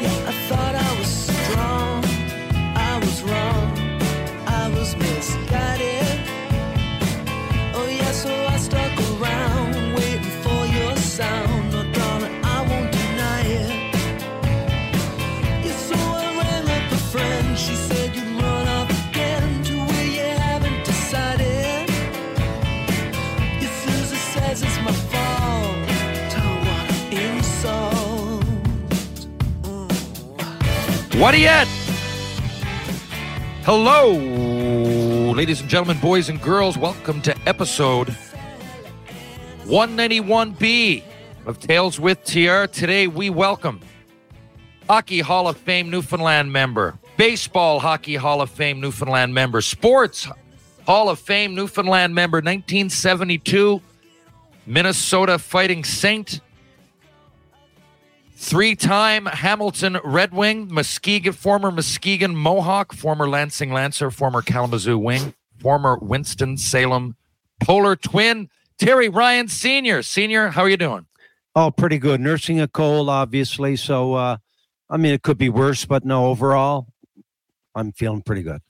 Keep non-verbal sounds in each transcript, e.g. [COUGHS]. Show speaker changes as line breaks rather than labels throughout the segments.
Yeah, I thought I was strong. I was wrong. I was misguided. Oh, yeah, so I stuck around waiting for your sound. No, darling, I won't deny it. Yeah, so I rang up a friend. She said you'd run off again to where you haven't decided. Yeah, Susie says it's my fault. Tell what an insult.
What do you at? Hello, ladies and gentlemen, boys and girls. Welcome to episode 191B of Tales with TR. Today we welcome Hockey Hall of Fame Newfoundland member, Baseball Hockey Hall of Fame Newfoundland member, Sports Hall of Fame Newfoundland member, 1972 Minnesota Fighting Saint, Three time Hamilton Red Wing, Muskegon, former Muskegon Mohawk, former Lansing Lancer, former Kalamazoo Wing, former Winston-Salem Polar Twin, Terry Ryan Sr. Sr., how are you doing?
Oh, pretty good. Nursing a cold, obviously. So, uh, I mean, it could be worse, but no, overall, I'm feeling pretty good.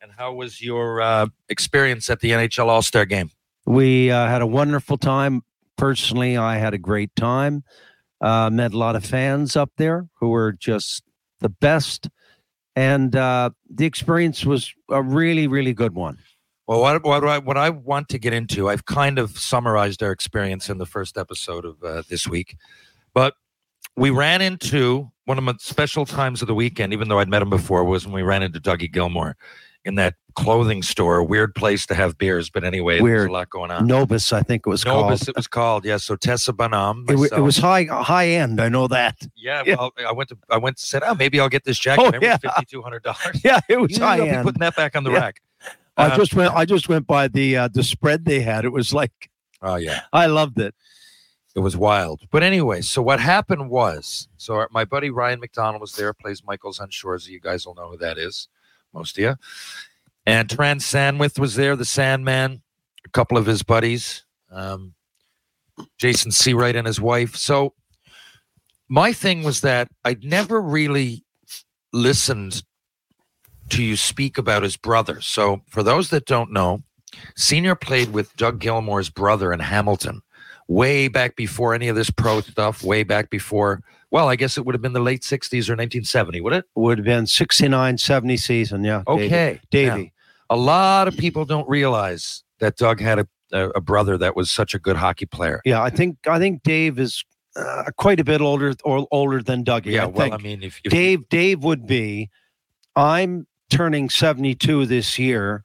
And how was your uh, experience at the NHL All Star game?
We uh, had a wonderful time. Personally, I had a great time. Uh, met a lot of fans up there who were just the best. And uh, the experience was a really, really good one.
Well, what, what, I, what I want to get into, I've kind of summarized our experience in the first episode of uh, this week, but we ran into one of my special times of the weekend, even though I'd met him before, was when we ran into Dougie Gilmore in that clothing store, a weird place to have beers. But anyway, there's
Weird.
a lot going on.
Novus, I think it was
Novus,
called.
it was called. Yeah. So Tessa Bonham.
It, wa- it
myself-
was high, high end. I know that. [LAUGHS]
Yeah,
yeah.
well, I went to I went said, oh, maybe I'll get this jacket.
Oh,
Remember,
yeah.
fifty two hundred dollars.
Yeah, [LAUGHS] it was high
I'll be
end.
putting that back on the
Yeah.
rack.
I
Uh,
just went. I just went by the uh, the spread they had. It was like
oh yeah,
I loved it.
it was wild. But anyway, so what happened was, so our, my buddy Ryan McDonald was there, plays Michael's on Shores. You guys will know who that is, most of you. And Trans Sandwith was there, the Sandman, a couple of his buddies, um, Jason Seawright and his wife. So my thing was that I'd never really listened to you speak about his brother. So for those that don't know, Senior played with Doug Gilmore's brother in Hamilton way back before any of this
[SIGHS]
pro stuff, way back before, well, I guess it would have been the late 60s or 1970, would it?
Would have been 69, 70 season. Yeah. Davey.
Okay.
Davey.
Now, a lot
[CLEARS THROAT]
of people don't realize that Doug had a, a, a brother that was such a good hockey player.
Yeah. I think I think Dave is uh, quite a bit older or older than Dougie.
Yeah,
I
well,
think.
I mean, if, if
Dave Dave would be. I'm turning 72 this year.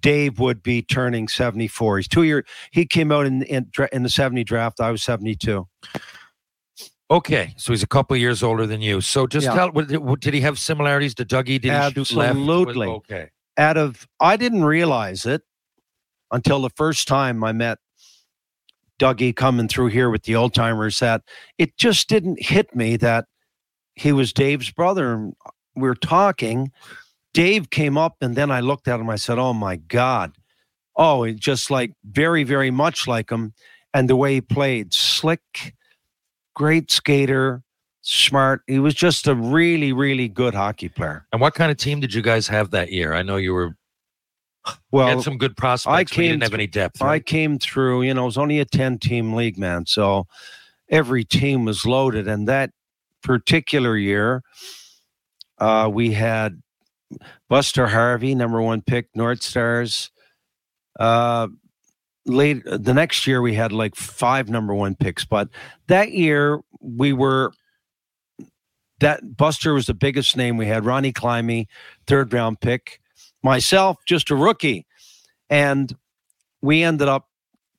Dave would be turning 74. He's two year. He came out in in, dra- in the 70 draft. I was 72.
okay, so he's a couple years older than you. So just
Yeah.
tell, what- what- did he have similarities to Dougie? Did he shoot left?
Absolutely.
Okay.
Out of I didn't realize it until the first time I met Dougie coming through here with the old timers that it just didn't hit me that he was Dave's brother. And we were talking. Dave came up, and then I looked at him. I said, "Oh my God! Oh, it just like very, very much like him." And the way he played, slick, great skater, smart. He was just a really, really good hockey player.
And what kind of team did you guys have that year? I know you were you
Well,
had some good prospects.
I
I but you
came
didn't have
to-
any depth.
I
right?
came through, you know, it was only a 10 team league, man. So every team was loaded. And that particular year, uh, we had Buster Harvey, number one pick, North Stars, uh, late the next year we had like five number one picks, but that year we were that Buster was the biggest name we had. Ronnie Climey, third round pick. Myself, just a rookie. And we ended up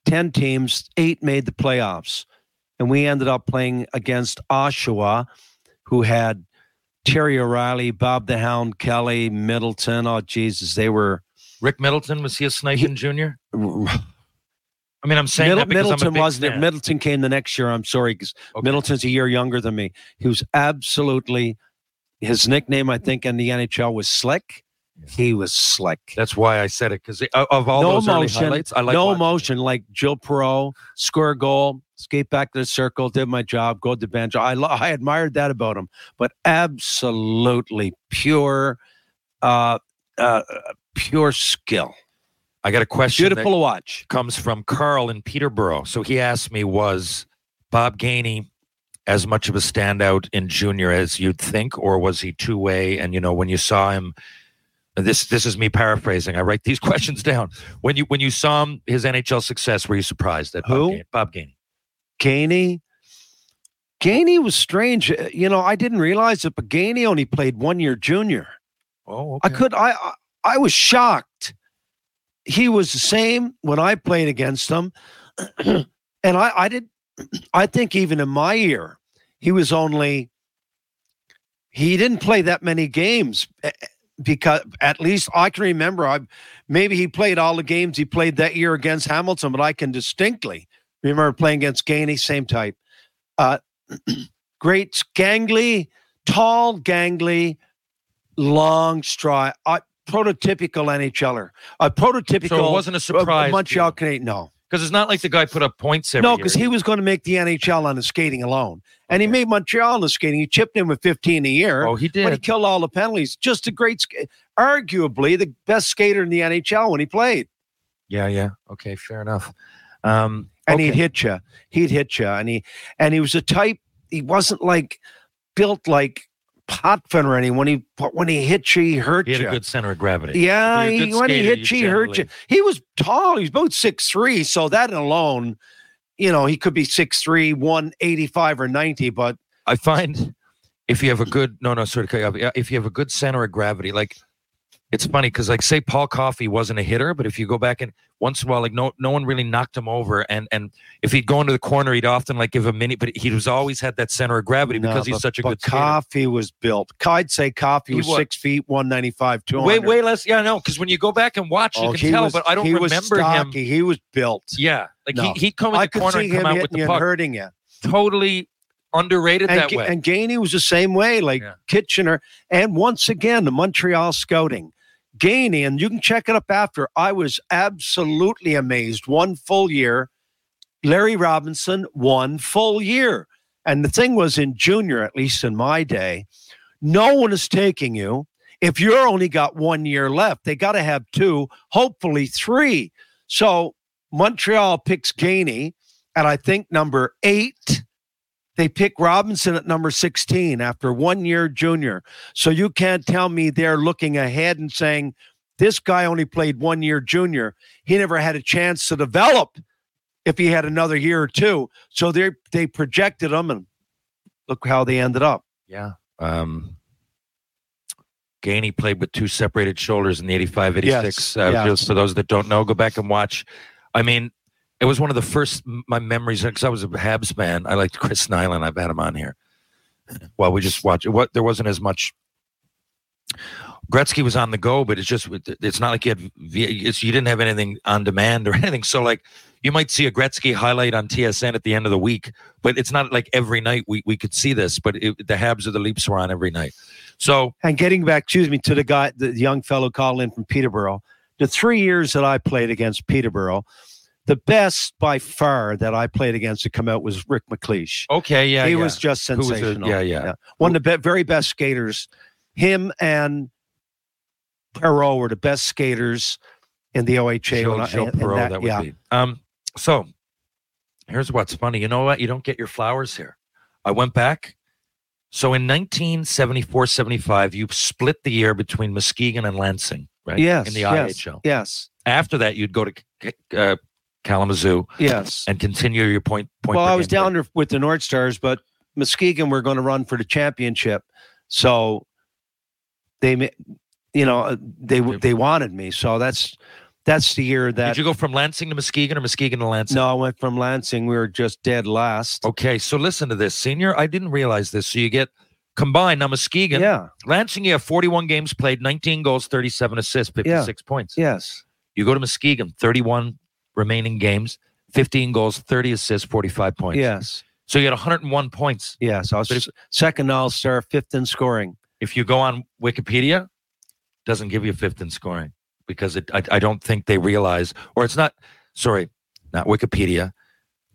10 teams, eight made the playoffs. And we ended up playing against Oshawa, who had Terry O'Reilly, Bob the Hound, Kelly, Middleton. Oh, Jesus, they
[LAUGHS]
were.
Rick Middleton was he a Sniken Jr.? I mean, I'm saying
Middle,
that because
Middleton
I'm a big
wasn't
fan.
it. Middleton came the next year. I'm sorry, 'cause
Okay.
Middleton's a year younger than me. He was absolutely his nickname, I think, in the NHL was Slick. He was slick.
That's why I said it because of all
No
those
motion,
early highlights, I like
no
watching.
motion, like Jill Perot, score a goal, skate back to the circle, did my job, go to the bench. I lo- I admired that about him, but absolutely pure, uh, uh, pure skill.
I got a question. that-
Beautiful to watch.
comes from Carl in Peterborough. So he asked me, was Bob Gainey as much of a standout in junior as you'd think, or was he two way? And you know, when you saw him, this this is me paraphrasing. I write these [LAUGHS] questions down. When you when you saw him, his NHL success, were you surprised at
Who?
Bob Gainey? Bob Gainey.
Gainey. Gainey was strange. Uh, You know, I didn't realize it, but Gainey only played one year junior.
Oh,
I could I I- I was shocked. He was the same when I played against him. [CLEARS THROAT] and I I did [CLEARS THROAT] I think even in my year he was only he didn't play that many games eh, eh, because at least I can remember I maybe he played all the games he played that year against Hamilton but I can distinctly remember playing against Gainey same type. Uh [CLEARS THROAT] great gangly, tall gangly long stride, a prototypical NHLer, a prototypical.
so it wasn't a surprise
Montreal Canadian. No,
because it's not like the guy put up points every
no,
year.
because he was going to make the NHL on his skating alone, and he made Montreal on the skating. He chipped in with 15 a year,
oh he
but he
did.
killed all the penalties. Just a great, sk- arguably the best skater in the NHL when he played.
Yeah, yeah. Okay, fair enough. Um,
and
okay.
he'd hit you. He'd hit you, and he and he was a type. He wasn't like built like Potvin or anyone. He when he hit you, he hurt
he had
you.
a good center of gravity.
Yeah,
If you're a
he,
good
when he
skater,
hit
you
you, he hurt you.
generally-
He was tall. He was about six three, so that alone, you know, he could be 6'3", 185 or ninety. But
I find if you have a good no no sorry to cut you off. Yeah, if you have a good center of gravity, like it's funny because like say Paul Coffey wasn't a hitter, but if you go back and once in a while, like no no one really knocked him over, and and if he'd go into the corner, he'd often like give a mini, but he was always had that center of gravity
No,
because he's
but-
such a
but
good skater.
Coffee was built. I'd say Coffee
He
was
was.
six feet, one ninety five, two
Way
hundred. Oh,
way less, yeah, no, because when you go back and watch, you can tell, but I don't
he was
remember him.
stocky. He was built.
Yeah, like
No.
he he'd come in
I
the
could
corner
see
and
him
come out
hitting
with
you
the
and
puck.
hurting you.
Totally underrated
And,
that
Ga-
way.
and Gainey was the same way, like
Yeah.
Kitchener. And once again, the Montreal scouting. Gainey, and you can check it up after. I was absolutely amazed. One full year. Larry Robinson, one full year. And the thing was in junior, at least in my day, no one is taking you. If you're only got one year left, they got to have two, hopefully three. So Montreal picks Gainey at I think number eight. They pick Robinson at number 16 after one year junior. So you can't tell me they're looking ahead and saying, this guy only played one year junior. He never had a chance to develop if he had another year or two. So they they projected him and look how they ended up.
Yeah. Um, Gainey played with two separated shoulders in the 85 86.
Yes,
Uh,
yeah.
Just for those that don't know, go back and watch. I mean, it was one of the first m- my memories because I was a Habs fan. I liked Chris Nyland. I've had him on here. Well, we just watched. What there wasn't as much. Gretzky was on the go, but it's just it's not like you had V- it's, you didn't have anything on demand or [LAUGHS] anything. So like you might see a Gretzky highlight on TSN at the end of the week, but it's not like every night we, we could see this. But it, the Habs or the Leafs were on every night. So
And getting back, excuse me, to the guy, the young fellow called in from Peterborough, the three years that I played against Peterborough, the best by far that I played against to come out was Rick McLeish.
okay, yeah,
he
yeah.
was just
was a-
sensational.
yeah, yeah.
One of the be- very best skaters. Him and Perot were the best skaters in the OHA.
Joe,
when I-
Joe
and- and
Perreault,
that-
that would
yeah.
be. Um, so here's what's funny. You know what? You don't get your flowers here. I went back. So in 1974, 75, you split the year between Muskegon and Lansing, right?
Yes,
In the
yes.
IHL.
Yes.
After that, you'd go to K- K- uh, Kalamazoo,
Yes.
and continue your point. point
well,
per
I was
game
down there with the North Stars, but Muskegon were going to run for the championship, so they, ma- you know, uh, they w- they wanted me. So that's that's the year
play.
that.
Did you go from Lansing to Muskegon or Muskegon to Lansing?
no, I went from Lansing. We were just dead last.
Okay, so listen to this, senior. I didn't realize this. So you get combined. Now Muskegon,
Yeah.
Lansing, you have 41 games played, 19 goals, 37 assists, 56 points.
Yes.
You go to Muskegon, 31 remaining games, 15 goals, 30 assists, 45 points.
Yes.
So you had 101 points.
Yes. I was
But
s- second all star, fifth in scoring.
If you go on Wikipedia, doesn't give you fifth in scoring because it, I, I don't think they realize, or it's not. Sorry, not Wikipedia.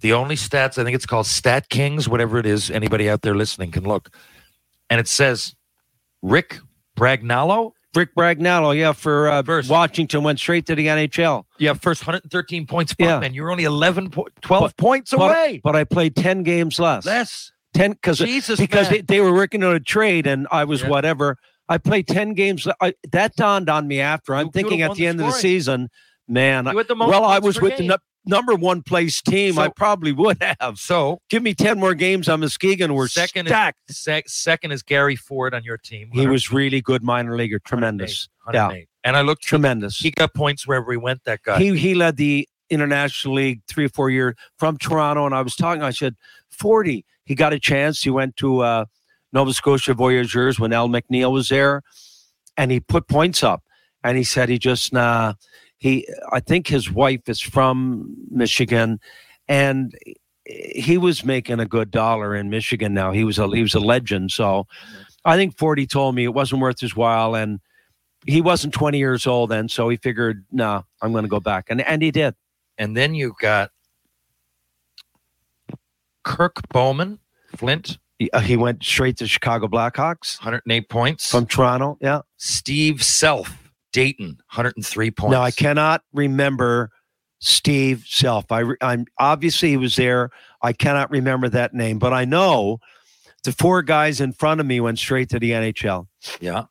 The only stats I think it's called Stat Kings, whatever it is. Anybody out there listening can look, and it says Rick Bragnalo.
Rick Bragnello, yeah, for uh,
First.
Washington, went straight to the NHL.
Yeah, first 113 points. Fuck,
Yeah.
man, you're only 11, po- 12 points
but-
away.
But I played ten games less.
Less.
Ten because
Jesus,
because
man.
they, they were working on a trade and I was
Yeah.
whatever. I played 10 games. I, that dawned on me after. I'm
You could've
thinking at
won
the
the
end of the
scoring.
season, man, I,
You had the most
well, I
points
was
per
with
game.
the nu- number one place team. I
So-
probably would have.
So
Give me 10 more games on Muskegon. We're
Second is-
stacked.
sec- second is Gary Ford on your team.
he was really good minor leaguer. Tremendous.
108. And I looked.
Tremendous.
He got points wherever he went. That guy.
he he led the international league three or four years from Toronto, and I was talking. I said forty. He got a chance. He went to uh, Nova Scotia Voyageurs when Al McNeil was there, and he put points up. And he said he just nah. He I think his wife is from Michigan, and he was making a good dollar in Michigan. Now he was a he was a legend. So I think forty told me it wasn't worth his while and he wasn't 20 years old then, so he figured, nah, I'm going to go back, and and he did.
and then you've got Kirk Bowman, Flint,
He, uh, he went straight to Chicago Blackhawks
108 points.
from Toronto. Yeah.
Steve Self, Dayton, 103 points.
Now I cannot remember Steve Self. I re- I'm obviously he was there. I cannot remember that name, but I know the four guys in front of me went straight to the NHL.
Yeah.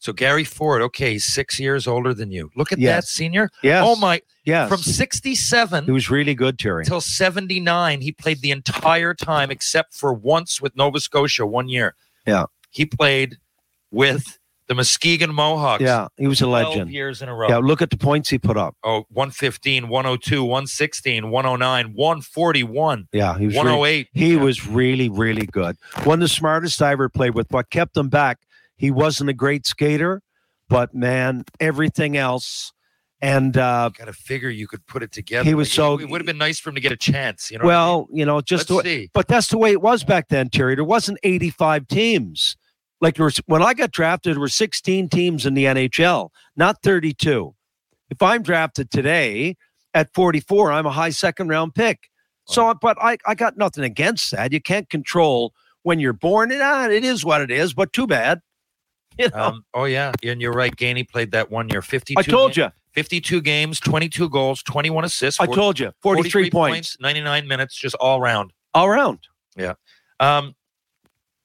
So Gary Ford, okay, he's six years older than you. Look at that,
Yes.
senior.
Yes.
Oh my!
Yes.
From
he
67
was really good, Terry.
till 79, he played the entire time except for once with Nova Scotia, one year.
Yeah.
He played with the Muskegon Mohawks.
Yeah, he was a
12
legend.
years in a row.
Yeah, look at the points he put up.
oh, 115, 102, 116, 109, 141,
Yeah, he was really-
108.
He
Yeah.
was really, really good. One of the smartest I ever played with. What kept him back, he wasn't a great skater, but man, everything else. And uh,
Got to figure you could put it together.
He was
Like,
so-
It, would have been nice for him to get a chance. You know. what I mean?
well, you know, just the
let's
way,
see.
but that's the way it was back then, Terry. There wasn't 85 teams. Like there was, when I got drafted, there were 16 teams in the NHL, not 32. If I'm drafted today at 44, I'm a high second round pick. So, but I, I got nothing against that. You can't control when you're born. And, ah, it is what it is, but too bad. [LAUGHS] You know,
Um, oh yeah, and you're right. Gainey played that one year. 52.
I told
ga-
you.
52 games, 22 goals, 21 assists.
I
40
told you. 43, points.
99 minutes, just all round.
all around.
Um,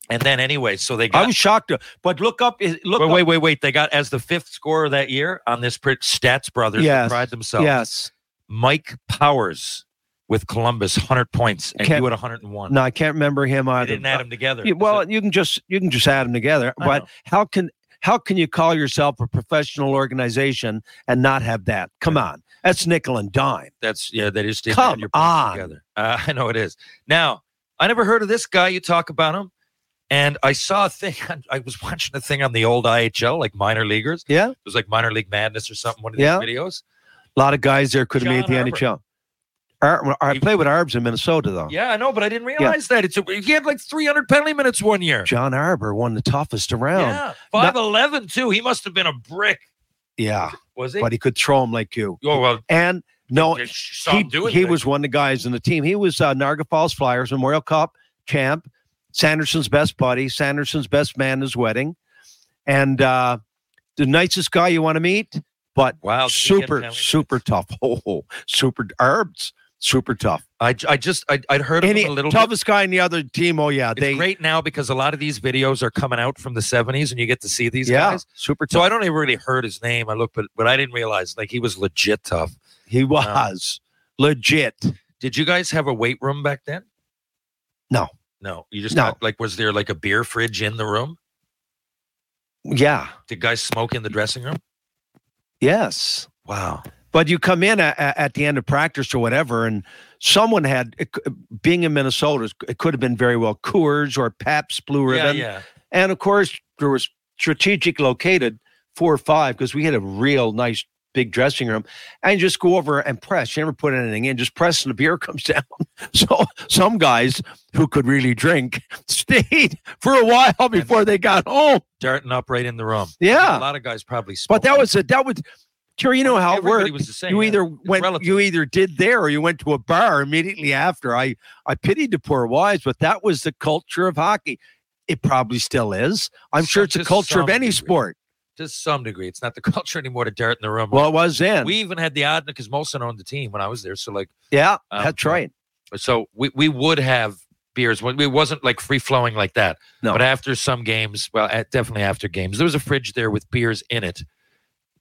and then anyway, so they
I
got.
was shocked. But look up. eh, Look
Wait,
up.
wait, wait, wait. They got as the fifth scorer that year on this pr- stats brothers they
Yes.
pride themselves.
Yes.
Mike Powers with Columbus, 100 points, and
Can't-
you at 101.
No, I can't remember him
I
either.
didn't add them together.
Yeah, well,
So-
you can just you can just add them together.
I
But
know.
how can how can you call yourself a professional organization and not have that? Come on, that's nickel and dime.
that's yeah, they just didn't
Come
add your points
on.
together. [LAUGHS] Uh, I know it is. Now, I never heard of this guy. You talk about him, and I saw a thing. [LAUGHS] I was watching a thing on the old IHL, like minor leaguers.
Yeah,
It was like minor league madness or something. One of these
Yeah.
videos.
a lot of guys there could have made the
John Arbor.
NHL. Ar- I
He-
played with Arbs in Minnesota though.
Yeah, I know, but I didn't realize that. It's a, he had like 300 penalty minutes one year.
John Arbor won the toughest around.
Yeah, five eleven too. He must have been a brick,
Yeah,
was he?
but he could throw them like you.
oh well,
And no,
just saw
he,
him doing
he
things.
was one of the guys in the team. He was uh, Niagara Falls Flyers Memorial Cup champ, Sanderson's best buddy, Sanderson's best man at his wedding, and uh, the nicest guy you want to meet, but
wow, did he get
super,
penalty
super tough. [LAUGHS] Oh, super herbs, super tough.
minutes? I, I just I, I'd heard of
Any
him a little bit.
toughest guy in the other team. Oh yeah,
It's
they
great now because a lot of these videos are coming out from the 70s and you get to see these
yeah,
guys.
super
So
tough.
I don't even really heard his name. I looked, but but I didn't realize like he was legit tough.
he was legit.
Did you guys have a weight room back then?
No.
No. You just
No.
got- like was there like a beer fridge in the room?
Yeah.
Did guys smoke in the dressing room?
Yes.
Wow.
But you come in at, at the end of practice or whatever, and someone had, it c- being in Minnesota, it could have been very well Coors or Pabst Blue
Yeah,
Ribbon.
yeah.
And of course, there was strategic located four or five because we had a real nice big dressing room. And you just go over and press. You never put anything in, just press and the beer [LAUGHS] comes down. So some guys who could really drink [LAUGHS] stayed for a while before they got home.
Darting up right in the room.
Yeah.
A lot of guys probably smoked.
But that was a that was Terry, you know how it
Everybody
worked.
was the same.
You
yeah.
either
It's
went
relative.
you either did there or you went to a bar immediately after. I I pitied the poor wives, but that was the culture of hockey. It probably still is. I'm sure it's
Such
a
a
culture of
somber
any
degree.
sport.
to some degree. It's not the [LAUGHS] culture anymore to dart in the room.
Well, it was then.
we even had the odd because Molson owned the team when I was there. So like,
yeah,
Um,
that's right.
so we, we would have beers. When- It wasn't like free flowing like that.
No.
But after some games, well, at, definitely after games, there was a fridge there with beers in it.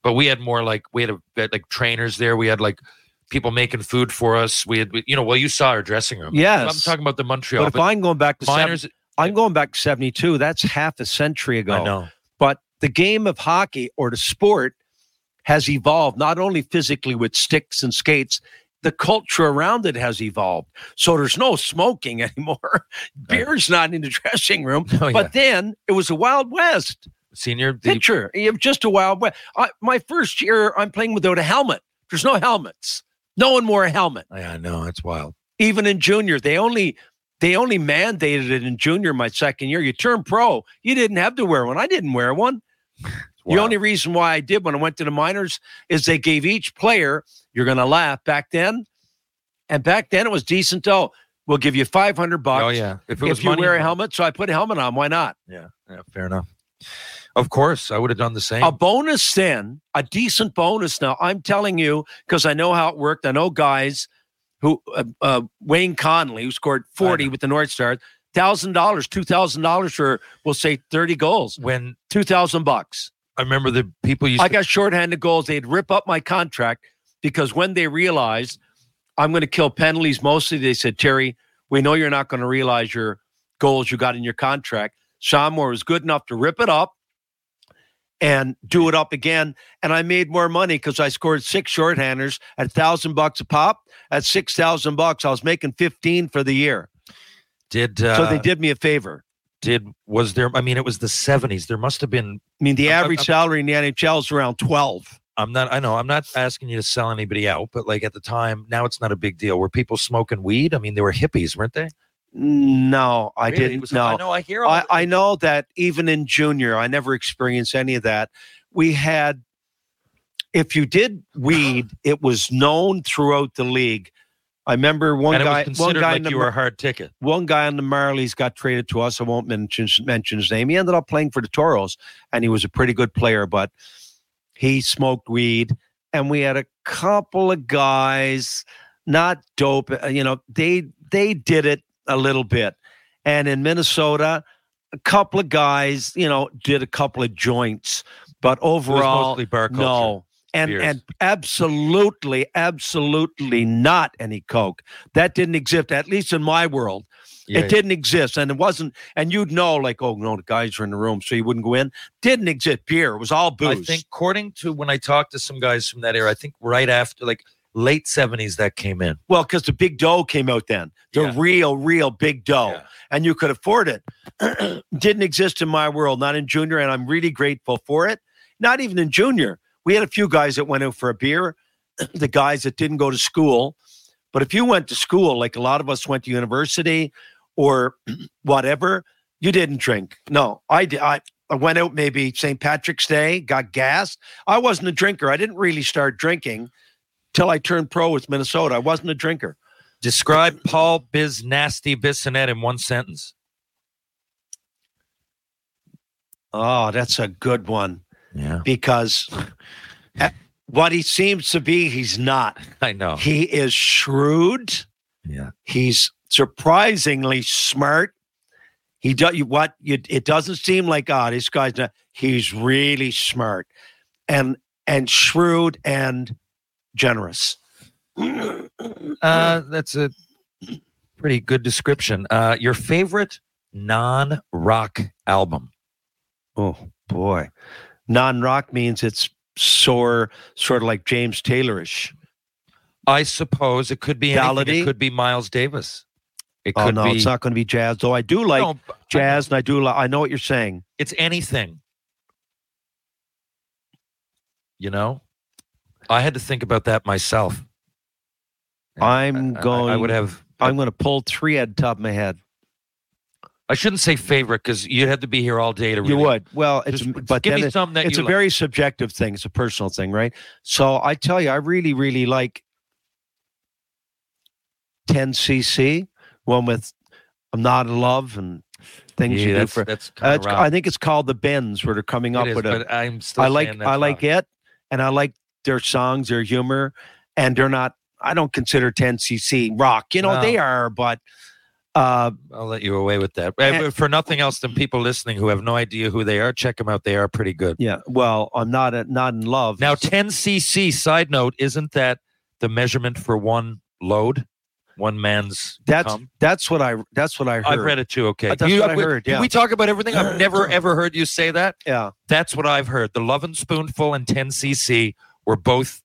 But we had more like we had, a, we had like trainers there. We had like people making food for us. We had we- you know well you saw our dressing room.
Yes.
I'm talking about the Montreal.
But if I'm going back to seven,
minors,
I'm going back to 72, that's half a century ago.
I know.
But the game of hockey or the sport has evolved not only physically with sticks and skates, the culture around it has evolved. So there's no smoking [LAUGHS] anymore.
Right.
Beer's not in the [LAUGHS] dressing room.
Oh, yeah.
[LAUGHS] But then it was a Wild West
Senior, the,
picture. You have just a Wild West. I, my first year, I'm playing without a helmet. There's no helmets. No one wore a helmet.
Oh, yeah, I know it's wild.
even in junior they only they only mandated it in junior my second year you turn pro you didn't have to wear one i didn't wear
[LAUGHS]
one
It's wild.
the only reason why i did when i went to the minors is they gave each player you're going to laugh back then and back then it was decent dough we'll give you 500 bucks
oh yeah, if it was
if you
money,
wear a helmet so i put a helmet on why not
yeah, yeah, fair enough. Of course, I would have done the same.
a bonus then, a decent bonus. Now I'm telling you because I know how it worked. I know guys who uh, uh, Wayne Conley who scored 40
know.
with the North Stars, thousand dollars, two thousand dollars for we'll say 30 goals,
when
two thousand bucks.
I remember the people used
I
to
got shorthanded goals. They'd rip up my contract because when they realized I'm going to kill penalties mostly, they said, Terry, we know you're not going to realize your goals you got in your contract. Sean Moore was good enough to rip it up and do it up again. And I made more money because I scored six shorthanders at a thousand bucks a pop. At six thousand bucks, I was making fifteen for the year.
did uh,
so they did me a favor.
did was there i mean it was the 70s there must have been
I mean, the
I'm- I'm-
average salary in the NHL is around twelve.
i'm not i know i'm not asking you to sell anybody out but like at the time now it's not a big deal were people smoking weed i mean they were hippies weren't they
No, I
Really? It
didn't
was-
know.
i know i hear all
I,
the-
I know that even in junior, I never experienced any of that. We had, if you did weed, it was known throughout the league. I remember one
and it
guy,
was
one
considered
guy,
like
in the,
you were
Mar-
a hard ticket
one guy on the Marlies got traded to us. I won't mention mention his name. He ended up playing for the Toros, and he was a pretty good player, but he smoked weed. And we had a couple of guys, not dope, uh, you know, they they did it a little bit. And in Minnesota, a couple of guys, you know, did a couple of joints, but
it was
overall,
mostly bar culture
no. And
beers.
and absolutely, absolutely not any coke. That didn't exist, at least in my world.
Yeah,
it didn't exist, and it wasn't. And you'd know, like, oh no, the guys are in the room, so you wouldn't go in. Didn't exist. Beer it was all
yeah.
booze.
i think according to when i talked to some guys from that era i think right after like late 70s that came in
well, because the big dough came out then, the
Yeah.
real, real big dough,
Yeah.
and you could afford it. [CLEARS THROAT] didn't exist in my world, not in junior, and I'm really grateful for it. Not even in junior, we had a few guys that went out for a beer. [CLEARS THROAT] the guys that didn't go to school, but if you went to school, like a lot of us went to university or [CLEARS THROAT] whatever, you didn't drink. No, I did. I, I went out maybe St. Patrick's Day, got gassed. I wasn't a drinker. I didn't really start drinking till I turned pro with Minnesota. I wasn't a drinker.
describe paul biz nasty bissonette in one sentence
Oh, that's a good one
yeah
because uh, what he seems to be, he's not.
i know
He is shrewd.
yeah
He's surprisingly smart. He does you what you, it doesn't seem like ah this guy's not. He's really smart and and shrewd and generous.
Uh, that's a pretty good description. Uh, your favorite non rock album?
Oh boy. Non rock means it's sore, sort of like James Taylorish.
I suppose it could be anything. It
Ballady?
could be Miles Davis. It
Oh
could
no,
be
it's not going to be jazz. Though I do like
No, but
jazz, and I do. Li- I know what you're saying.
it's anything. You know, I had to think about that myself. And
I'm
I- I-
going.
I would have.
I'm going to pull three out of the top of my head.
I shouldn't say favorite because you'd have to be here all day to. Really,
You would. Well, it's
Just
but
give
then
me
it-
some that
it's a
you like.
very subjective thing. It's a personal thing, right? So I tell you, I really, really like 10cc, one with "I'm Not in Love" and things
Yeah,
you do
that's,
for.
that's
Uh,
kind
it's- I think it's called the Bends, where they're coming up with a.
but I'm still.
I like
saying that's
I like
rock.
it, and I like their songs, their humor, and they're not. I don't consider 10cc rock. You know
No.
they are, but uh,
I'll let you away with that. Uh,
And-
but for nothing else than people listening who have no idea who they are, check them out. They are pretty good.
yeah. Well, I'm not a, not in love
Now, 10cc, side note, isn't that the measurement for one load? One man's.
That's
cum?
that's what I that's what I heard.
I've read it too. Okay.
Uh, that's what I
we,
heard,
can
yeah.
we talk about everything? I've [CLEARS THROAT] never, ever heard you say that.
Yeah.
That's what I've heard. The Love and Spoonful and 10cc were both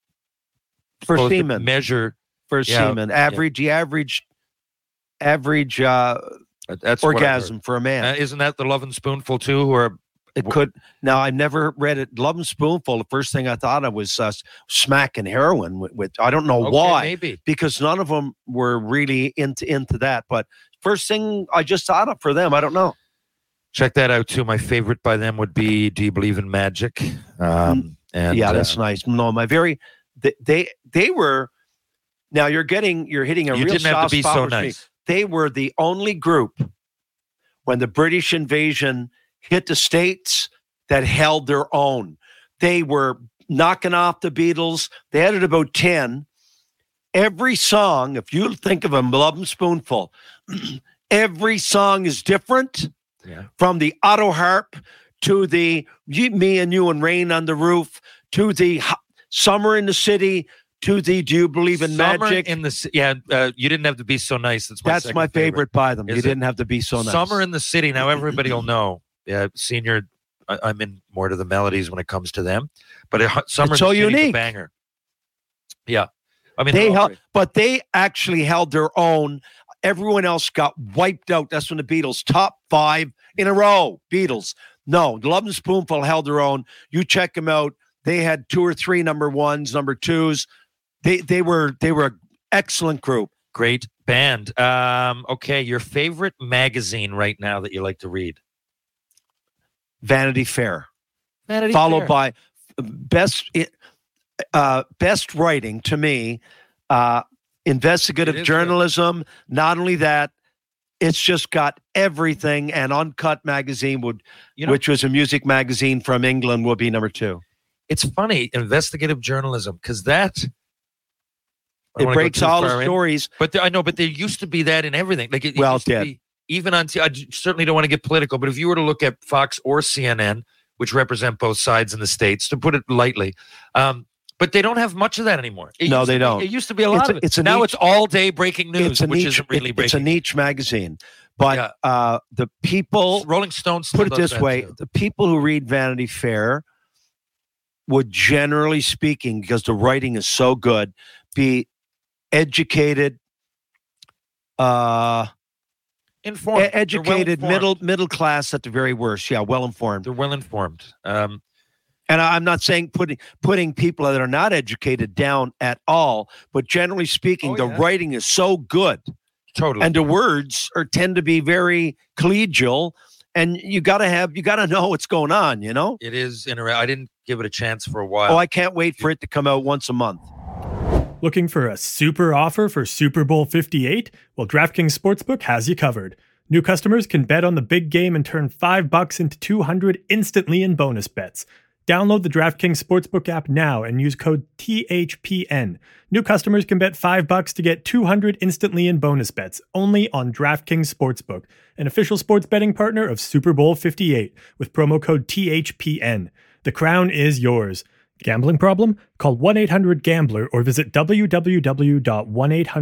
For
supposed to
semen.
measure.
for
Yeah,
semen. Average the average average uh
uh, That's what I've heard.
orgasm for a man.
Uh, isn't that the Love and Spoonful too? Who are
it could now I never read it. Love and spoonful. The first thing I thought of was uh, smack and heroin with, with I don't know
okay,
why.
Maybe.
Because none of them were really into into that. But first thing I just thought of for them, I don't know.
check that out too. My favorite by them would be "Do You Believe in Magic?" Um, and
yeah,
uh,
that's nice. No, my very they they, they were now you're getting you're hitting a
you
real
didn't have
soft
to be
spot
so
with me.
nice.
they were the only group when the British invasion hit the states that held their own. They were knocking off the Beatles. They added about 10. Every song, if you think of them, Love 'em Spoonful, [CLEARS THROAT] every song is different
Yeah.
from the auto harp to the you, me and you and rain on the roof to the Ho- summer in the city to the do you believe in
Summer
magic
in the ci- yeah, uh, you didn't have to be so nice. That's my
that's
second
my favorite by them. You
Is it?
didn't have to be so nice.
Summer in the city. Now everybody will know. Yeah, senior. I, I'm in more to the melodies when it comes to them, but it, summer
It's
in
so
the City's a
unique.
banger. Yeah, I mean
they
they're all
held,
great.
but they actually held their own. Everyone else got wiped out. That's when the Beatles top five in a row. Beatles. No, the Love and Spoonful held their own. You check them out. They had two or three number ones, number twos. They they were they were an excellent group.
great band. Um, okay, your favorite magazine right now that you like to read?
Vanity Fair, followed by best i- uh, best writing to me, uh, investigative
It is good.
journalism. Not only that, it's just got everything. And Uncut magazine would
you know,
which was a music magazine from England, will be number two.
it's funny investigative journalism because that I don't
It
wanna go
breaks
too
all
far
the
in,
stories.
but there, I know, but there used to be that in everything. Like it, it
Well,
used
it
to
did.
be even on. T- I j- certainly don't want to get political, but if you were to look at Fox or CNN, which represent both sides in the states, to put it lightly, um, but they don't have much of that anymore. It
No,
used
they
to be-
don't.
It used to be a lot
It's a-
of it.
it's a
now
niche-
it's all day breaking news,
it's a
which
niche.
isn't really
it- it's a
breaking.
niche magazine, but
Yeah.
uh, the people
Rolling Stone. still
put it
does
this
that
way:
too.
the people who read Vanity Fair would, generally speaking, because the writing is so good, be educated. Uh, e-
informed, They're
educated,
well-informed.
middle middle class at the very worst. Yeah, well informed.
They're well informed. Um,
And I- I'm not saying putting putting people that are not educated down at all, but generally speaking,
Oh,
the
yeah.
writing is so good,
totally.
and the words are tend to be very collegial, and you gotta have you gotta know what's going on, you know.
it is interesting. I didn't give it a chance for a while.
Oh, I can't wait for it to come out once a month.
Looking for a super offer for Super Bowl 58? Well, DraftKings Sportsbook has you covered. New customers can bet on the big game and turn 5 bucks into 200 instantly in bonus bets. Download the DraftKings Sportsbook app now and use code THPN. New customers can bet 5 bucks to get 200 instantly in bonus bets only on DraftKings Sportsbook, an official sports betting partner of Super Bowl 58 with promo code THPN. The crown is yours. Gambling problem? Call 1 800 Gambler or visit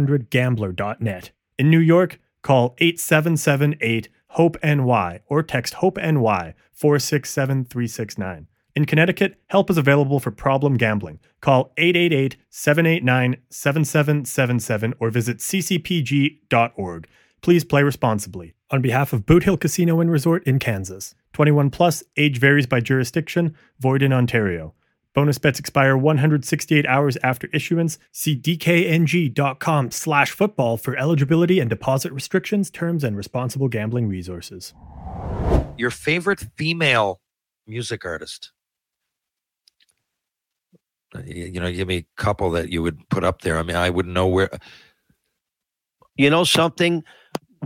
www.1800Gambler.net. In New York, call 8778 HOPE NY E or text HOPE NY 467 369. In Connecticut, help is available for problem gambling. Call 888 789 7777 or visit ccpg.org. Please play responsibly. On behalf of Boot Hill Casino and Resort in Kansas, 21 plus, age varies by jurisdiction, void in Ontario. Bonus bets expire 168 hours after issuance. See dkng.com slash football for eligibility and deposit restrictions, terms, and responsible gambling resources.
Your favorite female music artist? Uh, y- You know, give me a couple that you would put up there. I mean, I wouldn't know where.
You know something?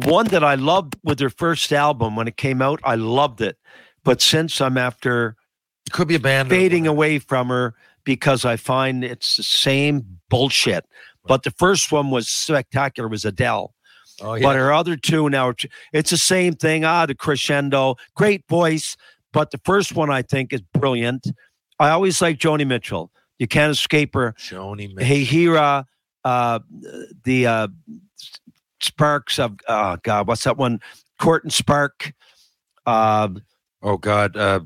One that I loved with her first album when it came out, I loved it. But since I'm after
It could be a band. or-
fading away from her because I find it's the same bullshit. But the first one was spectacular, was Adele.
Oh,
But
yeah.
her other two now, are- it's the same thing. Ah, the crescendo, great voice. But the first one I think is brilliant. I always like Joni Mitchell. You can't escape her.
Joni Mitchell.
Hey Hira, uh, the uh, S- Sparks of oh God, what's that one? Court and Spark. Uh,
Oh, God. Uh,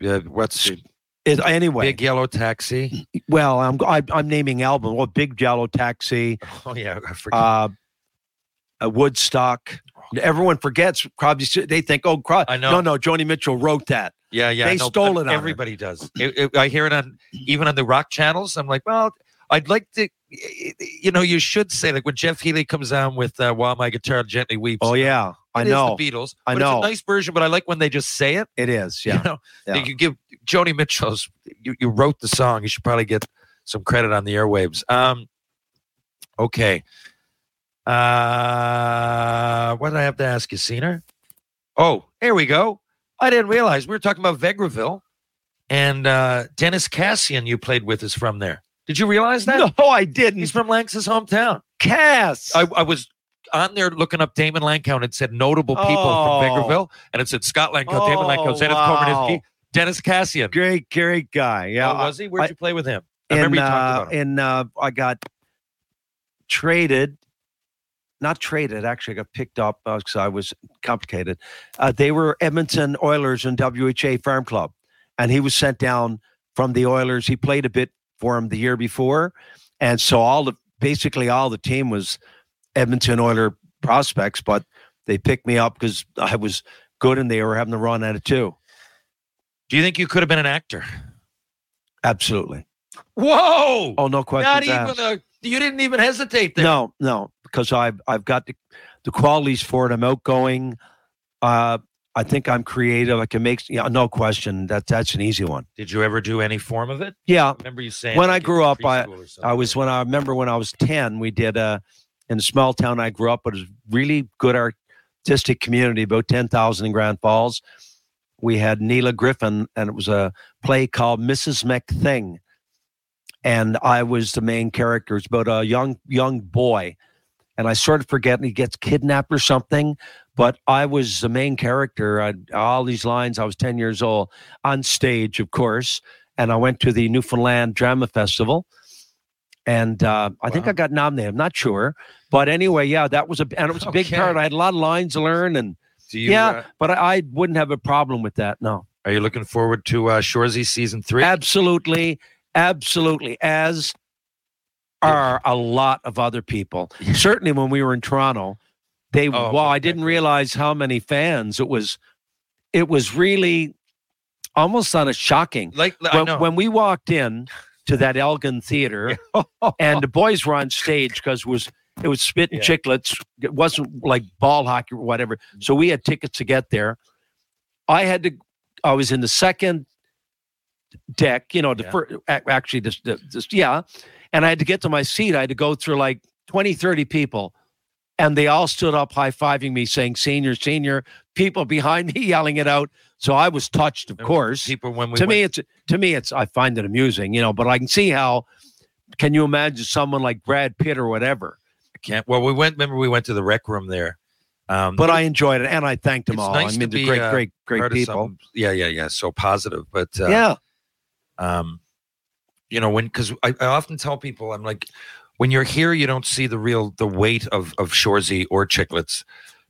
yeah, what's the-
it, anyway,
Big Yellow Taxi?
well, I'm I, I'm naming album. Well, Big Jello Taxi,
Oh, yeah. I forget.
uh, uh, Woodstock. Everyone forgets Crosby. Stills- They think, oh, Crosby.
Oh. I know.
No, no, Joni Mitchell wrote that.
Yeah, yeah. I
They
know, but
stole it on her.
Everybody does. It- it- I hear it on even on the rock channels. I'm like, well, I'd like to. You know, you should say like when Jeff Healy comes on with uh, "While My Guitar Gently Weeps."
Oh yeah, I
it is
know.
the Beatles.
I
but
know.
It's a nice version, but I like when they just say it.
It
[LAUGHS]
is.
You
Yeah.
know,
Yeah.
Like, you give Joni Mitchell's. You, you wrote the song. You should probably get some credit on the airwaves. Um, okay. Uh, what did I have to ask you, Cena? Oh, here we go. I didn't realize we were talking about Vegreville, and uh, Dennis Cassian, you played with, is from there. Did you realize that?
No, I didn't.
He's from Lanx's hometown.
Cass.
I, I was on there looking up Damon Lancow and it said notable people
Oh.
from Vegreville. And it said Scott Lancow, Damon Lancow, Dennis
wow.
Coburn, Dennis Cassian.
great, great guy. Yeah.
Oh, was he? Where'd
I-
you play with him? I
and,
remember you
uh,
talked about him.
And uh, I got traded, not traded. Actually, I got picked up because I was complicated. Uh, they were Edmonton Oilers and WHA Farm Club, and he was sent down from the Oilers. He played a bit for him the year before, and so all the basically all the team was Edmonton Oiler prospects, but they picked me up because I was good and they were having a run at it too.
Do you think you could have been an actor?
Absolutely.
Whoa!
Oh, no question.
Not even a, you uh, didn't even hesitate there.
No, no, because I've I've got the, the qualities for it. I'm outgoing. Uh, I think I'm creative. I can make yeah, no question that that's an easy one.
Did you ever do any form of it?
Yeah,
I remember you saying
When
like,
I
in
grew up, I-
preschool or something.
I was when I remember when I was ten, we did uh, in a small town I grew up, but it was really good artistic community, about ten thousand in Grand Falls. We had Neela Griffin, and it was a play called Mrs. McThing, and I was the main character. It's about a young young boy, and I sort of forget and he gets kidnapped or something. But I was the main character. I, all these lines. I was ten years old on stage, of course, and I went to the Newfoundland Drama Festival, and uh, I think
Wow.
I got nominated. I'm not sure, but anyway, yeah, that was a and it was a big
Okay.
part. I had a lot of lines to learn, and
Do you,
yeah.
uh,
but I, I wouldn't have a problem with that. No,
are you looking forward to uh, Shorzy season three?
absolutely, absolutely. As are a lot of
[LAUGHS]
other people. Certainly, when we were in Toronto, they
Oh,
wow, I
most
didn't
definitely.
realize how many fans it was. It was really almost on a shocking.
like, I
when,
know.
when we walked in to that Elgin
[LAUGHS]
Theater, and the boys were on stage because was it was spit and
Yeah.
chicklets. It wasn't like ball hockey or whatever. So we had tickets to get there. I had to. I was in the second deck. You know, the
Yeah.
first actually this, the- this yeah, and I had to get to my seat. I had to go through like 20, 30 people. And they all stood up high fiving me, saying senior, senior, people behind me [LAUGHS] yelling it out. So I was touched, of
And
course
people when we
to
went-
me it's to me it's i find it amusing you know but i can see how can you imagine someone like brad pitt or whatever
Mm-hmm. can't. Well, we went. Remember, we went to the rec room there. Um,
but i enjoyed it and i thanked them
It's
all
nice
i
to
mean the
be,
great
uh,
great great
part of
people
something- Yeah, yeah, yeah. So positive, but uh,
yeah
Um, you know when because I, I often tell people i'm like when you're here you don't see the real the weight of of shorzy or chicklets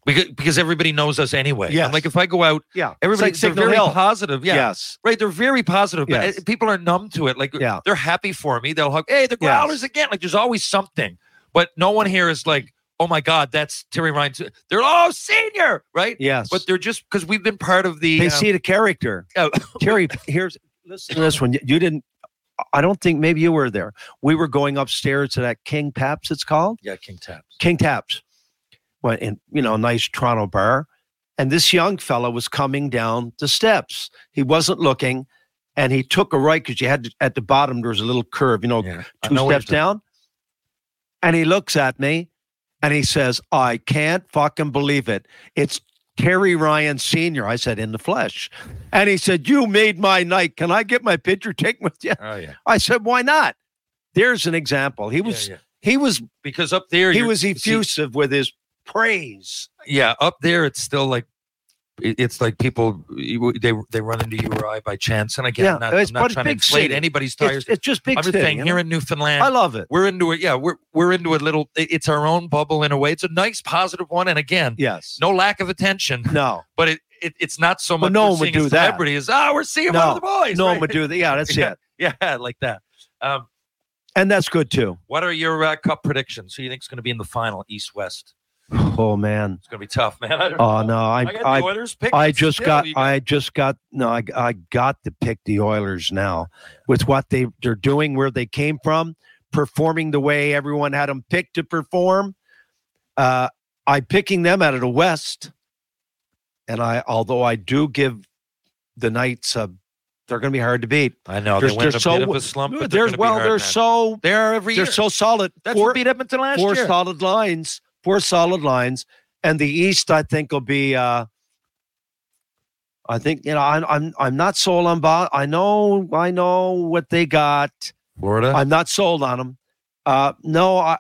because, because everybody knows us anyway Yeah,
Yes.
i'm like if i go out
Yeah.
everybody's
It's like Signal
very
Hill.
positive yeah
Yes.
right they're very positive but
Yes.
uh, people are numb to it like
Yeah.
they're happy for me they'll hug hey the growlers again like there's always something but no one here is like oh my god that's terry ryan they're all senior right
Yes.
but they're just because we've been part of the
they
um,
see the character.
Oh. [LAUGHS]
Terry, here's listen to this one. You didn't. I don't think maybe you were there. We were going upstairs to that King Paps. It's called
yeah king taps
King Taps. Went in, you know, a nice Toronto bar, and this young fella was coming down the steps. He wasn't looking, and he took a right because you had to, at the bottom there was a little curve, you know,
yeah I
Oh, two
know what
steps
you're
down. And he looks at me and he says, I can't fucking believe it. It's Terry Ryan Sr. I said, in the flesh. And he said, You made my night. Can I get my picture taken with you?
talking- oh yeah
I said, Why not? There's an example. He
Yeah,
was
yeah.
he was
because up there
he
you're-
was
see,
effusive with his praise.
yeah up there it's still like it- it's like people you- they they run into you or I by chance and again
Yeah,
I'm not,
it's
I'm not
but
trying to
big
inflate
city.
anybody's
It's,
tires
it's just big
I'm just
city,
saying
you
here
know?
in Newfoundland
I love it.
we're into it yeah we're we're into a little it- it's our own bubble in a way it's a nice positive one and again
Yes.
no lack of attention [LAUGHS]
No.
but it, it it's not so
Well,
much
no
we're
one would
seeing a
do that.
celebrity as ah we're seeing one of the boys
No,
right?
but do that. Yeah,
[LAUGHS]
that's
Yeah.
it.
yeah like that um
And that's good too.
what are your uh, cup predictions who you think's going to be in the final east west
Oh man.
it's going to be tough man I don't know.
Oh no. I
I got
I
the Oilers pick.
I just
still.
got,
You
I just got, no, I, I got to pick the Oilers now with what they they're doing, where they came from, performing the way everyone had them picked to perform. Uh, I'm picking them out of the West, and I, although I do give the Knights a, they're going to be hard to beat.
I know
They're-
they went in
they're
a
so-
bit of a slump. But
There's
they're
well,
they're
they're so
they are every
they're
year.
so solid.
That's
Four-
what beat Edmonton last
four
year.
solid lines, four solid lines, and the East I think will be. Uh, I think you know I'm I'm I'm not sold on. Bo- I know I know what they got.
Florida.
I'm not sold on them. Uh, no, I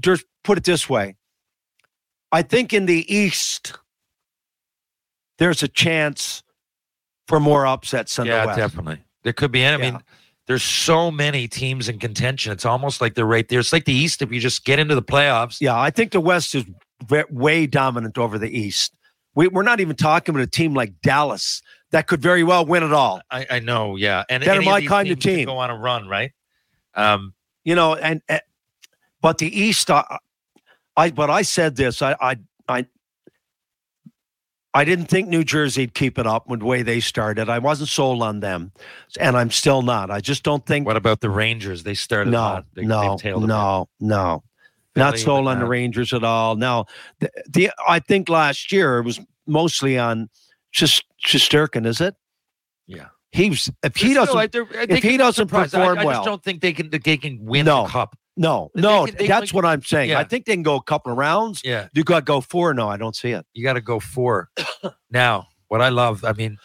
just put it this way. I think in the East, there's a chance for more upsets than
yeah,
the West.
definitely. There could be. I mean,
Yeah.
there's so many teams in contention. It's almost like they're right there. It's like the East. If you just get into the playoffs,
Yeah, I think the West is ve- way dominant over the East. We, we're not even talking about a team like Dallas that could very well win it all.
I, I know. Yeah, and
They're
any
my
these
kind of
teams could
team.
go on a run, right? Um,
You know, and, and- but the East, I, I but I said this, I, I I I didn't think New Jersey'd keep it up with the way they started. I wasn't sold on them, and I'm still not. I just don't think.
what about the Rangers? They started
No,
hot. They,
no,
they've tailed a bit.
no, no. Not
Philly
sold
went
on the
out.
Rangers at all. No, the, the I think last year it was mostly on Shis- Shisterkin, is it?
Yeah.
he was. If he
They're
doesn't,
still- they're- I think
he
it's
doesn't
surprising. I-
perform
I,
well.
just don't think they can. They can win
No.
the cup.
no,
they
no,
can- they can
that's
like-
what I'm saying. I
Yeah.
think they can go a couple of rounds.
Yeah,
You got to go four. No, I don't see it.
you got to go four. [COUGHS] now, what I love. I mean,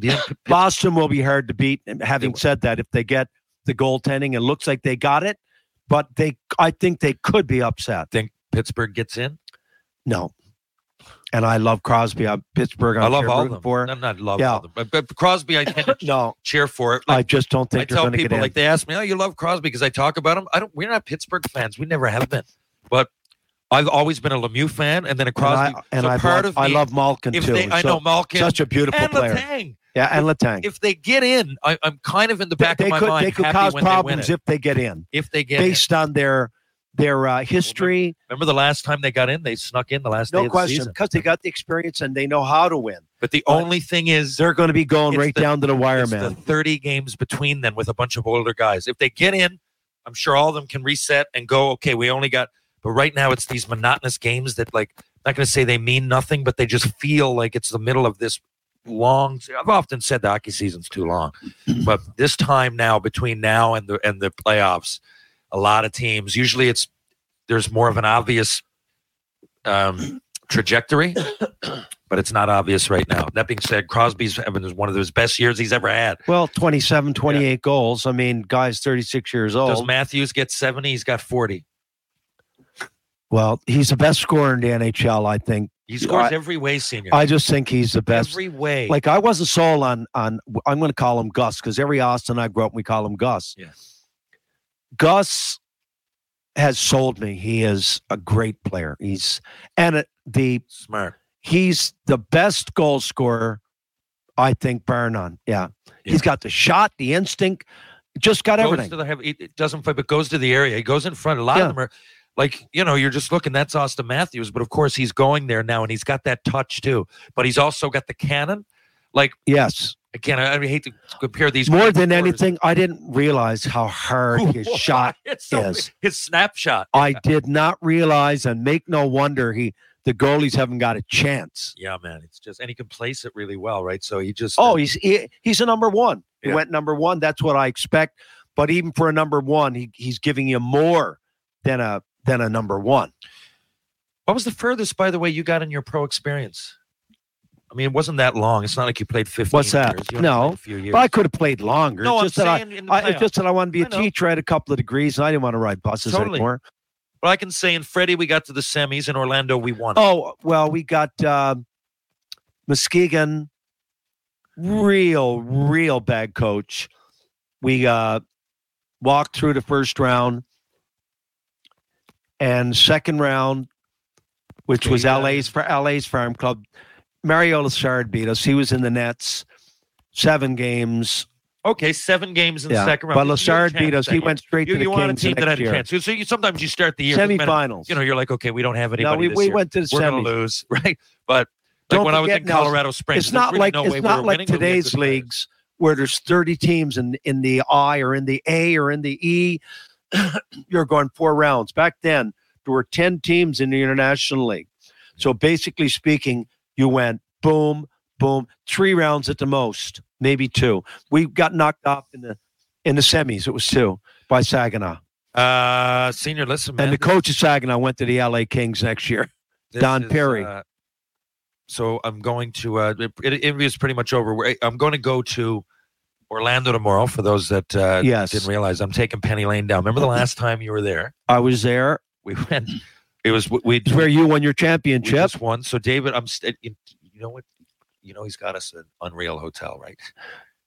do you think
Boston will be hard to beat. and Having
will.
said that, if they get the goaltending, it looks like they got it, but they, I think they could be upset.
think Pittsburgh gets in?
No, and I love Crosby. I, Pittsburgh. I'm
i love
here
all of
rooting
them.
For.
I'm not love
Yeah.
all of them, but, but Crosby, I
[COUGHS]
tend to
No,
cheer for it.
I
Like,
just don't
I,
think they're
tell
going to get
people,
in.
like they ask me, "Oh, you love Crosby?" Because I talk about him. I don't. We're not Pittsburgh fans. We never have been. But I've always been a Lemieux fan, and then a Crosby.
and I, and
so
I,
part of
love,
me,
I love Malkin
if
too.
they, I
So-
know Malkin
such a beautiful
and
player.
Letang.
yeah, and Letang.
If they get in, I, I'm kind of in the back
they
of my
could,
mind.
they could
happy
cause
when they win
problems
it.
if they get in,
if they get
based on their their uh, history.
in. Remember the last time they got in, they snuck in the last day
No
of the
question,
season.
because they got the experience and they know how to win.
But the
But
only thing is,
They're going to be going
It's
right
the-
down to the wire,
It's
man.
the 30 games between them with a bunch of older guys. If they get in, I'm sure all of them can reset and go, okay, we only got, but right now it's these monotonous games that, like, I'm not going to say they mean nothing, but they just feel like it's the middle of this long. I've often said the hockey season's too
[CLEARS THROAT]
long, but this time now, between now and the and the playoffs, a lot of teams, usually it's, there's more of an obvious um, trajectory but it's not obvious right now. That being said, Crosby's having one of his best years he's ever had.
well, 27, 28 goals. I mean, guys, 36 years
Does
old.
Matthews get 70? He's got 40.
Well, he's the best scorer in the NHL, I think.
He scores
I-
every way, senior.
I just think he's the best.
every way.
Like I wasn't sold on on I'm going to call him Gus because every Austin I grew up we call him Gus.
Yeah.
Gus has sold me. He is a great player. He's and it, the
Smart.
he's the best goal scorer, I think, bar none. Yeah. he's got the shot, the instinct, just got
Goes
everything.
to the heavy- it- it doesn't play, but goes to the area. He goes in front. A lot
Yeah.
of them are like, you know, you're just looking. That's Austin Matthews, but of course he's going there now, and he's got that touch too. But he's also got the cannon. Like
Yes,
again, I, I hate to compare these
more than
goalscorers.
anything, I didn't realize
[LAUGHS]
how hard his shot.
It's so-
is.
his snapshot.
I did not realize, and make no wonder he the goalies haven't got a chance.
Yeah, man. It's just and he can place it really well, right? So he just
Oh, he's he, he's a number one. He
Yeah.
went number one. That's what I expect. But even for a number one, he, he's giving you more than a than a number one.
What was the furthest, by the way, you got in your pro experience? I mean, it wasn't that long. It's not like you played 15
What's that?
years. You only
No.
played a few years.
But I could have played longer.
no,
It's
I'm
just that I-
saying in the
I, it's
playoffs.
just that I wanted to be
I
a
know.
teacher. I had a couple of degrees, and I didn't want to ride buses
Totally.
anymore.
Well, I can say in Freddie, we got to the semis. In Orlando, we won.
Oh well, we got uh, Muskegon, real, real bad coach. We uh, walked through the first round and second round, which was
Okay, yeah.
LA's for LA's Farm Club. Mario Lassard beat us. He was in the Nets. Seven games.
Okay, seven games in the
yeah.
second round.
But
You- you had a
Lassard beat
chance
us.
that
He
year.
went straight
You,
to the
you want a
Kings
team that
the
had
next
a
year.
chance. So you, sometimes you start the year. with men-
Semifinals.
You know, you're like, okay, we don't have anybody.
no, we,
this
we
year.
went to the
We're
semis.
going to lose, [LAUGHS] right? But like
Don't
when I was
forget
in
now,
Colorado Springs,
it's
there's
not
really
like
no way
it's
we
not
were
like
winning, but we had
today's
good players.
leagues where there's 30 teams in in the I or in the A or in the E. [CLEARS THROAT] You're going four rounds. Back then, there were 10 teams in the international league. So basically speaking, you went boom, boom, three rounds at the most, maybe two. We got knocked off in the in the semis. It was two by Saginaw,
Uh, senior, listen, man.
and the coach of Saginaw went to the LA Kings next year.
This
Don
is,
Perry.
uh, so I'm going to. Uh, it, it- interview is pretty much over. We're- I'm going to go to Orlando tomorrow. For those that uh,
Yes.
didn't realize, I'm taking Penny Lane down. Remember the last time you were there?
I was there.
We [LAUGHS] went. It was we. we
It's where you won your
we
championship.
just won. So David, I'm. St- you you know what? You know he's got us an unreal hotel, right?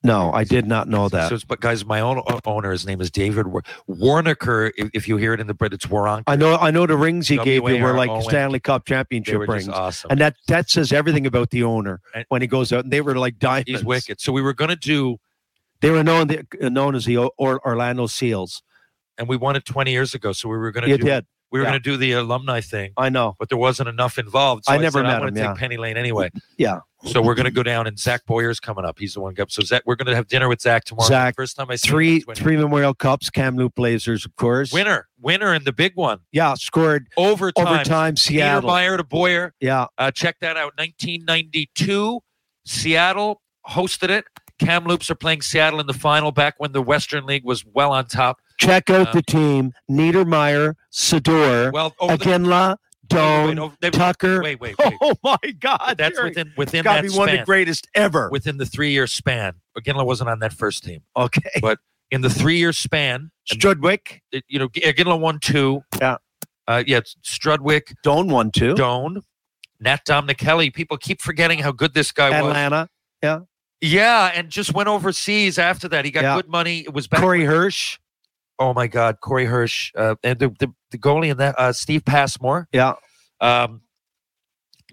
No, I did not know that.
So, it's, but guys, my own o- owner, his name is David War- Warnaker. If, if you hear it in the Brit, it's Waronker.
I know I know the rings he gave you were
W A R
like
O N.
Stanley Cup
They
championship
were
rings.
just awesome.
And that that says everything about the owner
And-
when he goes out. And they were like diamonds.
he's wicked. So we were going to do
They were known the, uh, known as the o- or Orlando Seals.
and we won it 20 years ago. So we were going to
You
do,
did.
we were
yeah.
going to do the alumni thing,
I know.
but there wasn't enough involved. So
I never
said,
met
I wanna
him,
Take
yeah.
Penny Lane anyway.
Yeah.
So we're going to go down, and Zach Boyer's coming up. He's the one. Up. So Zach, we're going to have dinner with Zach tomorrow.
Zach,
first time I see him
Three
since when-
three Memorial Cups, Kamloops Blazers, of course.
winner, winner, and the big one
Yeah, scored
overtime.
overtime
Peter
Seattle.
Meyer to Boyer.
yeah,
Uh, check that out. 1992, Seattle hosted it. Kamloops are playing Seattle in the final back when the Western League was well on top.
check out
Uh,
the team: Niedermeyer, Sador,
Well, over the-
Aginla,
wait,
Doan,
over- they-
Tucker.
Wait, wait, wait.
[LAUGHS] Oh my God,
That's
Jerry,
within within
gotta
that
be one of
span.
the greatest ever.
Within the three year span, Ginla wasn't on that first team.
okay,
[LAUGHS] In the three year span, and,
Strudwick,
it- you know, Ginla won two.
Yeah.
uh, yeah. it's Strudwick,
Doan won too.
Doan, Nat Domnichelli. People keep forgetting how good this guy was.
Atlanta,
Yeah, and just went overseas after that. He got
Yeah.
good money. It was back
Corey Hirsch.
oh my God, Corey Hirsch, uh, and the, the the goalie in that, uh, Steve Passmore,
Yeah,
um,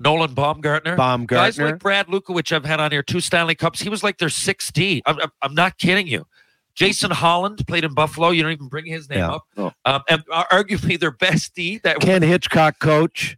Nolan Baumgartner. Guys
Baumgartner.
like Brad Lukowicz, I've had on here two Stanley Cups. He was like their 6D. I'm, I'm, I'm not kidding you. Jason Holland played in Buffalo. You don't even bring his name
Yeah. Oh.
up.
No.
Um, and ar- arguably their best D. That
Ken Hitchcock, coach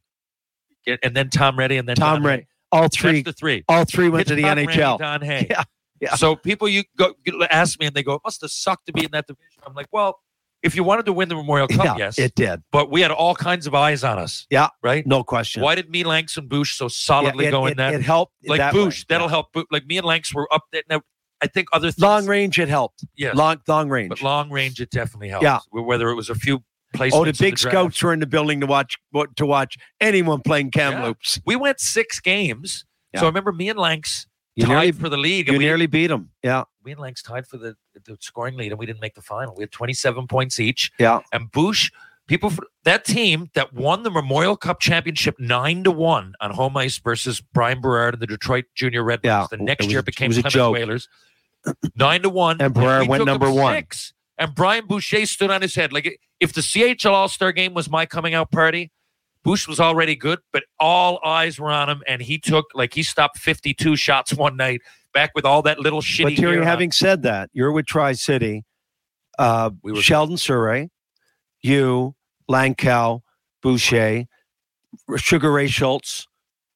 and then Tom Reddy and then Don
Tom
Hay.
Reddy. All
That's
three,
the three.
all three went to the
Hitchcock, Reddy,
NHL.
Don Hay.
[LAUGHS] Yeah, yeah.
So people, you go you ask me, and they go, "It must have sucked to be in that division." I'm like, "Well, if you wanted to win the Memorial Cup,
yeah,
yes,
it did.
but we had all kinds of eyes on us.
Yeah.
Right?
No question.
Why did me, Lanks, and Bush so
Yeah,
solidly
it,
go in
it-
that?
It helped.
like
that
Bush,
way.
that'll help. Bo- Like me and Lanks were up there. Now, I think other things.
Long range, it helped.
Yes,
Long, long range.
but long range, it definitely helps.
Yeah.
Wh- Whether it was a few places.
oh, the big scouts were in the building to watch what- to watch anyone playing Kamloops.
We went six games.
Yeah.
So I remember me and Lanks
You
tied
nearly,
for the league.
you
And we,
nearly beat them. Yeah,
me and Lanks tied for the, the scoring lead, and we didn't make the final. We had 27 points each.
yeah.
and Bush. People for that team that won the Memorial Cup championship nine to one on home ice versus Brian Berard and the Detroit Junior Red Wings.
Yeah,
the
it
next
was
year
a-
it
it
became
was a
Plymouth
joke.
Whalers. Nine to one.
And Berard
we
went
took
number
them
one.
Six. And Brian Boucher stood on his head. Like if the CHL All Star game was my coming out party, Bush was already good, but all eyes were on him, and he took like he stopped 52 shots one night back with all that little shitty.
But Terry,
hair on.
having said that, you're with Tri City, uh,
We were-
Sheldon Surrey, you, Lankow, Boucher, Sugar Ray Schultz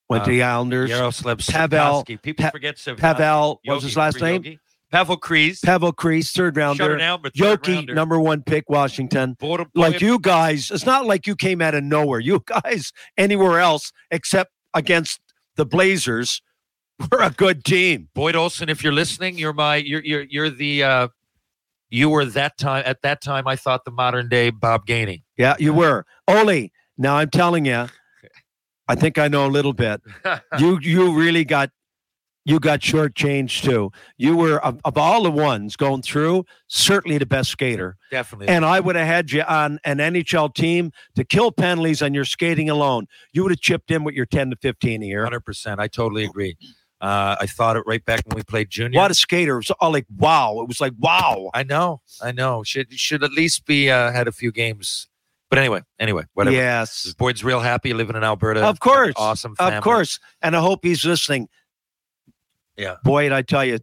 went to
Uh,
the Islanders.
Yaroslav
Pavel-
Sikorsky. People
Pa-
forget Sikorsky.
Pavel, what was his last name?
Yogi. Pavel Kreese.
Pavel Kreese, third
Shut her
rounder.
down, but third
Yoki,
rounder. Oh,
number one pick, Washington.
Border-
Like you guys, it's not like you came out of nowhere. You guys, anywhere else except against the Blazers, [LAUGHS] were a good team.
Boyd Olson, if you're listening, you're my you're you're you're the uh you were that time at that time I thought the modern day Bob Gainey.
Yeah, you were. Oli, now I'm telling you, I think I know a
[LAUGHS]
little bit. you you really got you got shortchanged too. You were of, of all the ones going through, certainly the best skater.
Definitely.
And I would have had you on an NHL team to kill penalties on your skating alone. You would have chipped in with your ten to fifteen a year.
hundred percent. I totally agree. Uh I thought it right back when we played junior.
What a skater! It was all like wow. It was like wow.
I know, I know. Should should at least be uh had a few games. But anyway, anyway, whatever.
Yes,
Boyd's real happy living in Alberta.
Of course.
Awesome family.
of course. And I hope he's listening.
Yeah.
Boyd, I tell you,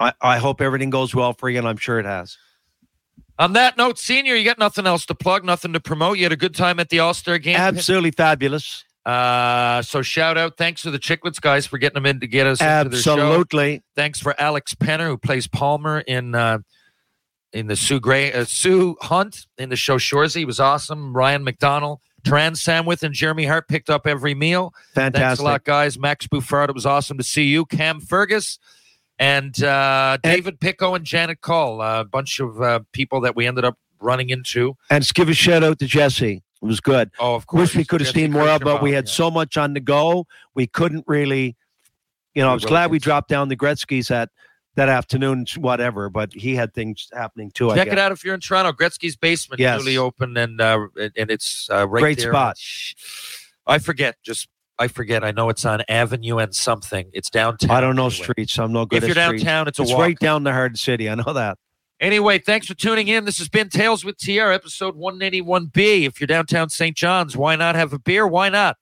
I, I hope everything goes well for you, and I'm sure it has.
On that note, senior, you got nothing else to plug, nothing to promote. You had a good time at the All Star game.
Absolutely fabulous.
Uh, so shout out, thanks to the Chicklets guys for getting them in to get us into their show.
Absolutely.
Thanks for Alex Penner who plays Palmer in uh, in the Sue Gray uh, Sue Hunt in the show Shoresy. He was awesome. Ryan McDonald, Tran Samwith, and Jeremy Hart picked up every meal. Thanks a
Fantastic.
lot, guys. Max Bouffard, it was awesome to see you. Cam Fergus and uh,
And-
David Picco and Janet Call, a bunch of uh, people that we ended up running into.
And just give a shout out to Jesse. It was good.
Oh, of course.
Wish we could have
Jesse
seen more of,
Kirschenbaum,
but we had
yeah.
so much on the go. We couldn't really, you know,
We
I was
really
glad we
didn't.
dropped down the Gretzky's that that afternoon, whatever, but he had things happening too. I
Check it
guess.
out if you're in Toronto. Gretzky's basement,
Yes.
newly open, and uh, and and it's uh, right
Great
there.
spot.
I forget. Just I forget. I know it's on Avenue and something. It's downtown.
I don't know
Anyway.
streets. I'm no good
If you're
at streets.
downtown, it's a
It's
walk.
right down the hard city. I know that.
Anyway, thanks for tuning in. This has been Tales with TR, episode 181B. If you're downtown St. John's, why not have a beer? Why not?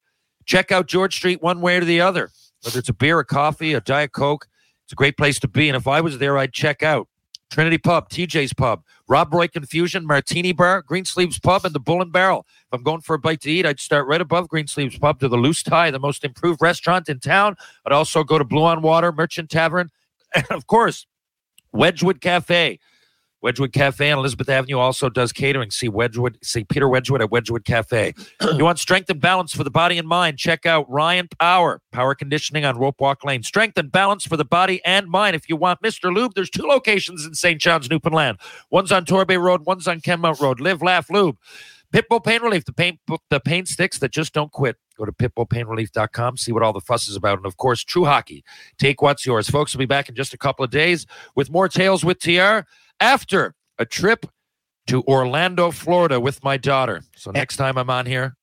Check out George Street one way or the other. Whether it's a beer, a coffee, a Diet Coke, it's a great place to be. And if I was there, I'd check out Trinity Pub, TJ's Pub, Rob Roy Confusion, Martini Bar, Greensleeves Pub, and the Bull and Barrel. If I'm going for a bite to eat, I'd start right above Greensleeves Pub to the Loose Tie, the most improved restaurant in town. I'd also go to Blue on Water, Merchant Tavern, [LAUGHS] and of course, Wedgwood Cafe. Wedgwood Cafe on Elizabeth Avenue also does catering. See Wedgwood, see Peter Wedgwood at Wedgwood Cafe. you want strength and balance for the body and mind? Check out Ryan Power, power conditioning on Rope Walk Lane. Strength and balance for the body and mind. If you want Mr. Lube, there's two locations in St. John's, Newfoundland. One's on Torbay Road, one's on Kenmount Road. Live, laugh, lube. Pitbull Pain Relief, the pain, the pain sticks that just don't quit. Go to pitbullpainrelief.com, see what all the fuss is about. And of course, True Hockey. Take what's yours. Folks, we'll be back in just a couple of days with more Tales with TR after a trip to Orlando, Florida with my daughter. So
Eh.
next time I'm on here,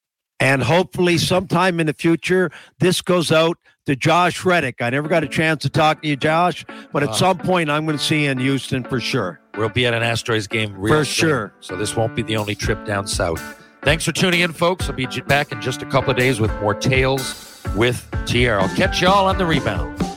And hopefully, sometime in the future, this goes out to Josh Reddick. I never got a chance to talk to you, Josh, but at
Uh,
some point, I'm going to see you in Houston for sure.
we'll be at an Astros game real
For
soon.
sure.
So this won't be the only trip down south. Thanks for tuning in, folks. I'll be j- back in just a couple of days with more Tales with TR. I'll catch y'all on the rebound.